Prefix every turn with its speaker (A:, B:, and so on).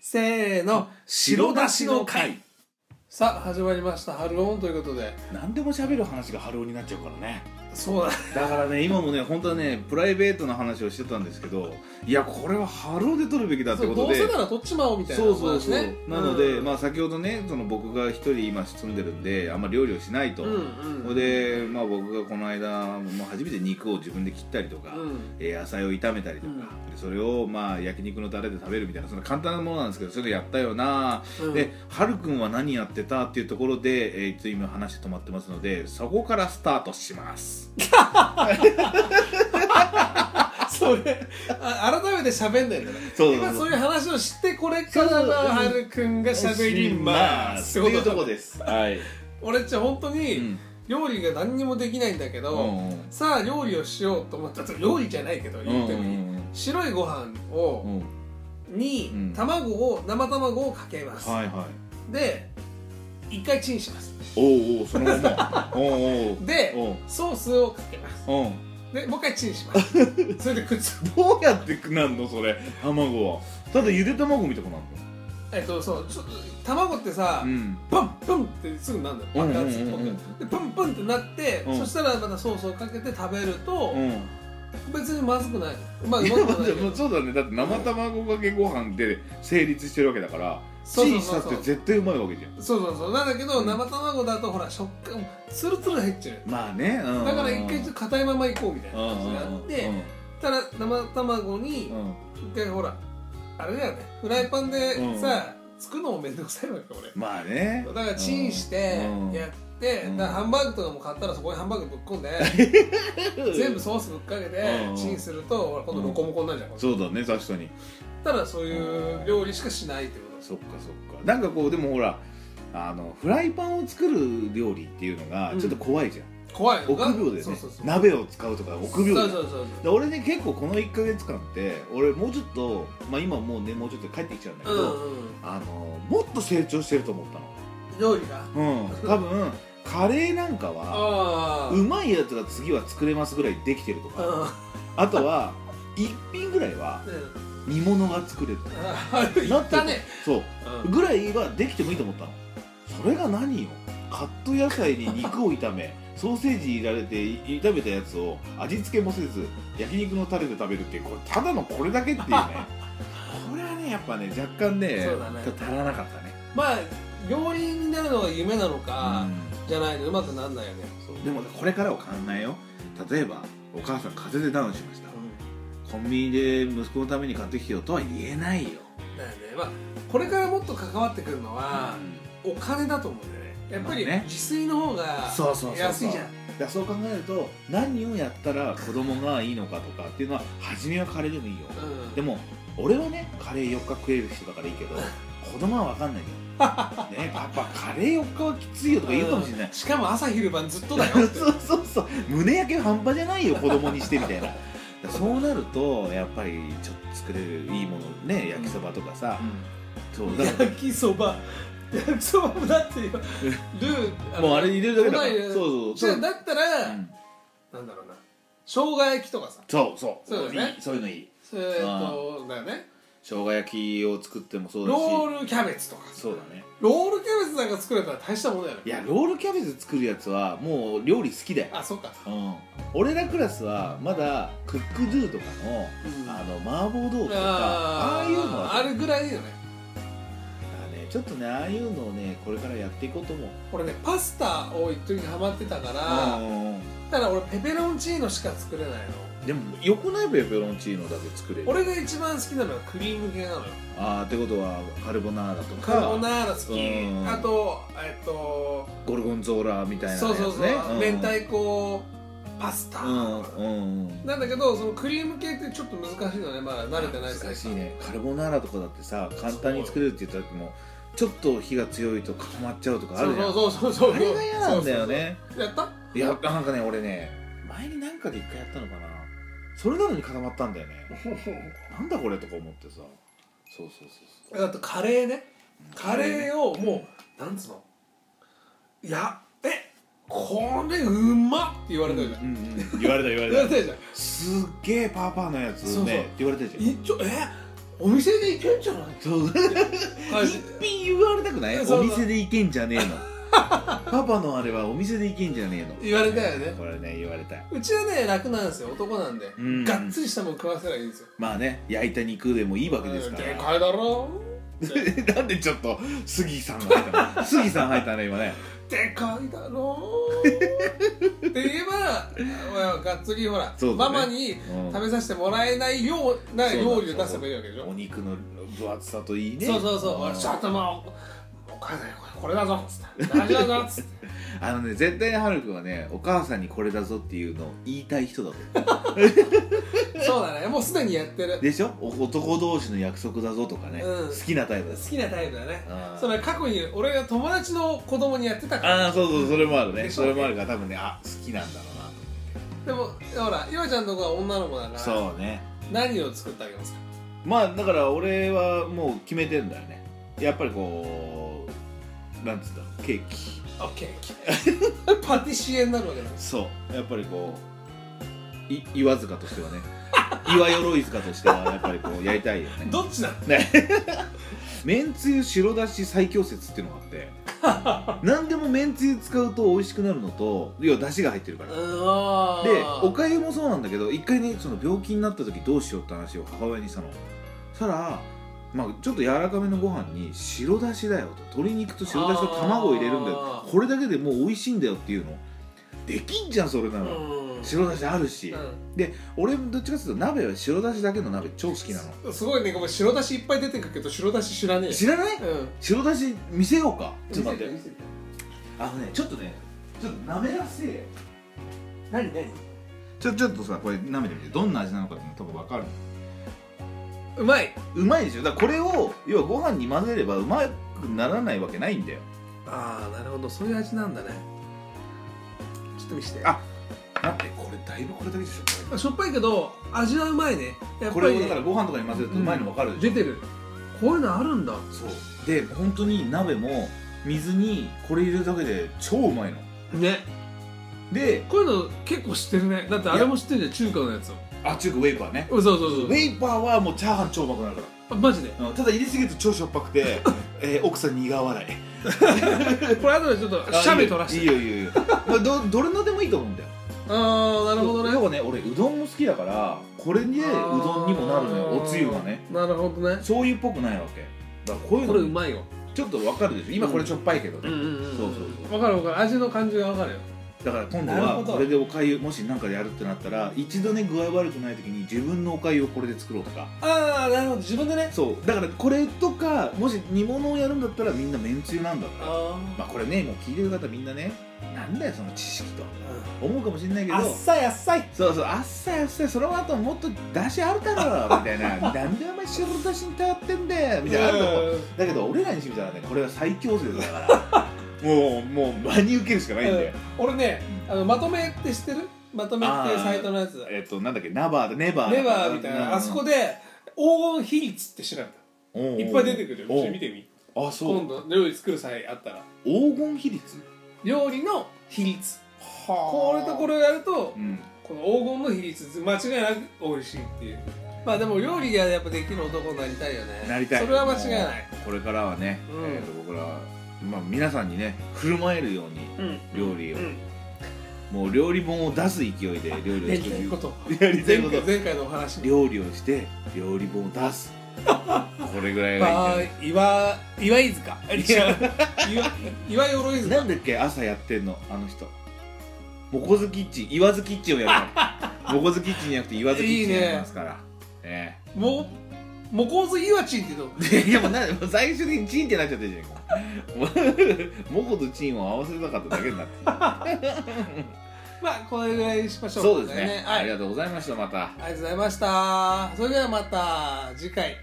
A: せーの白だしの会さあ始まりました「春オン」ということで
B: 何でも喋る話が春男になっちゃうからね
A: そうだ
B: だからね今もね本当はねプライベートの話をしてたんですけどいやこれは春男で撮るべきだって
A: そう
B: こ
A: ど
B: と
A: う
B: で
A: せなら取っちまおうみたいな
B: そうそう
A: 話
B: そう、
A: ね
B: なので、
A: うん
B: まあ先ほどねその僕が一人今住んでるんであんま料理をしないと、
A: うんうん
B: で、まあ、僕がこの間もう初めて肉を自分で切ったりとか、
A: うん
B: えー野菜を炒めたりとか、でそれをまあ焼肉のタレで食べるみたいなその簡単なものなんですけどそれやったよな、
A: うん
B: ではるくんは何やってたっていうところで、えー、いつ今話止まってますのでそこからスタートします
A: それあ改めて喋んないんだね
B: そう
A: 今そういう話をしてこれからがはるくんが喋ります
B: っていうとこ
A: で
B: ですはい、
A: 俺っち本当
B: う
A: に
B: ん
A: 料理が何にもできないんだけ
B: う
A: ど、
B: んうん
A: さあ料理をしようと思ったら料理じゃないけど言ってもいい、白いご飯を、
B: うんうん
A: に、
B: うん
A: 卵を生卵をかけます、
B: はいはい
A: で一回チンします
B: おうおうそのまま おうおう
A: で
B: おう
A: ソースをかけます
B: おう
A: でもう一回チンします それでくっつく
B: どうやってなんのそれ卵はただゆで卵みたくなる
A: えっとそうちょっと卵ってさ、
B: のん
A: パンパンってすぐなるのよ爆発っぽ
B: うんうんうん
A: くでパンパンってなって、
B: うん
A: そしたらまたソースをかけて食べると、
B: うん
A: 別にまずくないまあうま
B: い
A: く
B: や
A: は
B: ま
A: ないけど
B: あそうだねだって生卵かけご飯で成立してるわけだからチ
A: そうそう
B: ンし
A: そう
B: たっ
A: そう
B: て絶対うまいわけじゃん
A: そうそうそうなんだけど、
B: うん
A: 生卵だとほら食感ツルツル入っちゃう
B: まあね、うん
A: だから一回ちょっと硬いままいこうみたいな感じになって、
B: うん
A: たら生卵に、
B: うんうん
A: 一回ほらあれだよねフライパンでさ、作るのもめんどくさいわけ俺
B: まあね
A: だからチンして
B: うん
A: やって、
B: うん
A: だからハンバーグとかも買ったらそこにハンバーグぶっこんで、
B: うん
A: 全部ソースぶっかけて
B: うん
A: チンするとほら今度ロコモコになるじゃん、そ
B: そうだね確かに
A: したらそういう料理しかしないってことです
B: そっかそっかなんかこうでもほらあのフライパンを作る料理っていうのがちょっと怖いじゃん、
A: 怖いよな
B: 臆病で
A: そう
B: ね
A: そうそう
B: 鍋を使うとか臆病じゃ
A: そ
B: ん
A: うそうそう
B: で俺ね結構この1か月間って俺もうちょっとまあ今もうねもうちょっと帰ってきちゃうんだけ
A: そう
B: ど、
A: うんうん
B: あのもっと成長してると思った
A: 料理が
B: のうん多分カレーなんかは
A: ああ
B: うまいやつが次は作れますぐらいできてるとかあとは一品ぐらいは煮物が 作れる
A: 言ったね、
B: そう
A: うん
B: ぐらいはできてもいいと思ったのそれが何よカット野菜に肉を炒め ソーセージ入れられて炒めたやつを味付けもせず焼肉のタレで食べるっていうこれただのこれだけってい うねこれはねやっぱね若干ね
A: そうだね
B: 足らなかったね
A: まあ料理になるのが夢なのか、じゃないとうまくなんないよね
B: うんでもねこれからを考えよう例えばお母さん風邪でダウンしましたコンビニで息子のために買ってきてよとは言えないよ
A: だよねまあこれからもっと関わってくるのは、お金だと思うんだよねやっぱり
B: まあね
A: 自炊の方が
B: そうそうそうそう
A: 安いじゃん
B: だからそう考えると何をやったら子供がいいのかとかっていうのは初めはカレーでもいいよ
A: うん
B: でも俺はねカレー4日食える人だからいい けど子供は分かんないじゃんねパパカレー4日はきついよとか言うかもし れない、
A: うんしかも朝昼晩ずっとだよ
B: そうそうそう胸焼け半端じゃないよ子供にしてみたいなだからそうなるとやっぱりちょっと作れるいいものね焼きそばとかさ、そうだから
A: 焼きそば焼きそばもだってよルー
B: もうあれ入れるだけだか
A: 粉入れ
B: ら
A: る
B: そう
A: じ
B: そう
A: ゃ
B: そ
A: あ
B: う
A: だったら、
B: うん
A: なんだろうな生姜焼きとかさ
B: そうそう
A: そうだね
B: いいそういうのいい
A: えーっとだよね
B: 生姜焼きを作ってもそうだし
A: ロールキャベツとかさ
B: そうだね
A: ロールキャベツなんか作れたら大したものやろ
B: いやロールキャベツ作るやつはもう料理好きだよ、
A: あそっか
B: うん、俺らクラスはまだクックドゥとかの、
A: うん
B: あの麻婆豆腐とか
A: あ
B: ああいうのは
A: あるぐらいだよね
B: ねちょっとねああいうのをねこれからやっていこうと思う
A: 俺ねパスタを一時ハマってたから
B: う
A: だ
B: んうん
A: から俺ペペロンチーノしか作れないの
B: でもよくないペペロンチーノだけ作れる
A: 俺が一番好きなのはクリーム系なのよ
B: ああってことはカルボナーラとか
A: カルボナーラ好
B: うん
A: きあとえっと
B: ゴルゴンゾーラみたいなやつ、
A: そ
B: ね、
A: うそうそう明太子パスタ
B: うんうんうん
A: なんだけどそのクリーム系ってちょっと難しいのねまだ慣れてない
B: 難しい
A: ら
B: ねカルボナーラとかだってさ簡単に作れるって言った時もちょっと火が強いと固まっちゃうとかあ
A: そ
B: る
A: う
B: じゃん
A: そうそうそうそう
B: あれが嫌なんだよね
A: そうそうそうやった
B: いやなんかね俺ね前になんかで一回やったのかなそれなのに固まったんだよねなんだこれとか思ってさそうそうそうそ
A: あとカレーねカレーを
B: カレーね
A: もうなんつうのいやえこれうまっって言われたじゃ
B: うんうんうん言われた言
A: 言わ
B: われ
A: れ
B: た
A: たじゃん
B: すっげえパーパーのやつね
A: そうそう
B: って言われたじゃん
A: 一丁えお店でいけんじゃない
B: そう
A: はい
B: 一品言われたくない
A: そうそう
B: お店で行けんじ ゃねえのパパのあれはお店で行けんじゃねえの
A: 言われたよね
B: これね言われた
A: うちはね楽なんですよ男なんで、
B: うん
A: がっつりしたもん食わせりゃいいんですよ
B: まあね焼いた肉でもいいわけです
A: で
B: から
A: かいだろ
B: なんでちょっと杉さんが入っ たの杉さん入ったね今ね
A: でかいだろって言えば、まあ、がっつりほら、
B: そうだ
A: ママ
B: ね
A: に
B: うん
A: 食べさせてもらえないような
B: そうだ
A: 料理を出せばいいわけでしょ
B: お肉の分厚さといいね
A: そうそうそう、俺ちょっともうお母さんよこれだぞっつって大丈夫だぞっつって
B: あのね絶対はるくんはねお母さんにこれだぞっていうのを言いたい人だと思
A: そうだねもうすでにやってる
B: うでしょお男同士の約束だぞとかね、
A: うん
B: 好きなタイプ
A: 好
B: です
A: きなタイプだね
B: あー
A: それは過去に俺が友達の子供にやってたから
B: ああそうそうそれもあるね
A: でしょ
B: それもあるから多分ねあ好きなんだろうなと
A: でもほら岩ちゃんの子は女の子だから
B: そうね
A: 何を作ってあげますか
B: まあだから俺はもう決めてんだよねやっぱりこうなんつうんだろうケーキ
A: オッケー パティシエになるわけだ
B: そうやっぱりこうい岩塚としてはね 岩鎧塚としてはやっぱりこうやりたいよね
A: どっちなの
B: めんつゆ白だし最強説っていうのがあ って何でもめんつゆ使うと美味しくなるのと要はだしが入ってるからでおかゆもそうなんだけど一回ねその病気になった時どうしようって話を母親にしたのそしたら、まあ、ちょっと柔らかめのご飯に白だしだよと鶏肉と白だしと卵を入れるんだよ
A: あー
B: これだけでもう美味しいんだよっていうのできんじゃんそれな
A: う
B: の、
A: ん
B: 白だしあるし、俺どっちかっていうと鍋は白だしだけの鍋超好きなの
A: うんすごいねごめん白だしいっぱい出てくるけど白だし知らねえ
B: 知らない
A: うん
B: 白だし見せようかちょっと待って
A: 見せて
B: あのねちょっとねちょっと舐めらせえ
A: 何何
B: ちょちょっとさこれ舐めてみてどんな味なのかっていうの多分分かる
A: うまいう
B: まいでしょだからこれを要はご飯に混ぜればうまくならないわけないんだよ
A: ああなるほどそういう味なんだねちょっと見して
B: あ待ってこれだいぶこれだけでしょ
A: しょっぱいけど味はうまいねやっぱ
B: これ
A: り
B: を
A: ね
B: だからご飯とかに混ぜるとうまいの分かるでし
A: 出
B: ょ、
A: てるこういうのあるんだ
B: そうで本当に鍋も水にこれ入れるだけで超うまいの
A: ね
B: で
A: こういうの結構知ってるねだってあれも知ってるじゃん中華のやつも
B: あ中華ウェイパーね
A: うんそうそう
B: ウ
A: そう
B: ェイパーはもうチャーハン超うまくなるか
A: あマジで
B: ら、うんただ入れすぎると超しょっぱく て、えー奥さん苦笑い
A: これ後でちょっとシャメ取らして
B: いいよいいよいいよ、まあ、どどれのでもいいと思うんだよ
A: ああなるほどね
B: 要はね俺うどんも好きだからこれでうどんにもなるのよおつゆがね
A: なるほどね
B: 醤油っぽくないわけだからこういう
A: これう
B: の
A: まいよ
B: ちょっとわかるでしょ今これしょっぱいけどね、
A: うん
B: そうそうそ
A: わかるわかる味の感じがわかるよ
B: だから今度
A: なる
B: は
A: ほど
B: これでおかゆもし何かでやるってなったら一度ね具合悪くない時に自分のおかゆをこれで作ろうとか
A: ああなるほど自分でね
B: そうだからこれとかもし煮物をやるんだったらみんなめんつゆなんだから
A: あ
B: まあこれねもう聞いてる方みんなねなんだよその知識と思うかもしれないけど
A: あっさいあっさい
B: そうそう、あっさいあっさい、その後もっと出汁あるだろう みたいな、なんでお前白出汁に頼ってんだよみたいなのあると思う。だけど、俺らにしてみたらね、これは最強説 だから、もう、もう、真に受けるしかないんだよ。
A: 俺ねあのまとめって知ってるまとめっていうサイトのやつ
B: えっと、なんだっけ、ナバーだ、ネバーだ。
A: レバーみたいなあそこ
B: で
A: で黄金比率って調べたいっぱい出てくるよちょっと見
B: て。
A: てみ
B: あ、そう
A: 今。度料理作る際あったら
B: 黄金比率
A: 料理の比率こ
B: こ
A: れとこ
B: れ。
A: れをやると
B: うん。
A: この黄金の比率間違いなく美味しいっていうまあでも料理がやっぱできる男になりたいよね
B: なりたい
A: それは間違いない
B: もうこれからはね、
A: うん
B: えーと僕らは、まあ、皆さんにね振る舞えるように
A: うん
B: 料理を
A: うん
B: もう料理本を出す勢いで料理を
A: やり
B: して
A: たいこと
B: やりた
A: 前
B: いこ
A: 回
B: と
A: 前回のお話に
B: 料理をして料理本を出すこれぐらい
A: ま
B: が
A: あ
B: いいん
A: 岩岩井塚違う 岩岩鎧
B: じゃない
A: 塚
B: なんだっけ朝やってんのあの人モコズキッチン言わずキッチンをやるモコズキッチンじゃなくて言わずキッチンやりますからえ
A: もモコズ岩チンっていうの
B: えいやもうなもう最終的にチンってなっちゃってるじゃんかモコとチンを合わせたかっただけになってる
A: まあこれぐらいにしましょう
B: そうですね、
A: は
B: あり
A: い
B: がとうございましたまた
A: ありがとうございましたそれではまた次回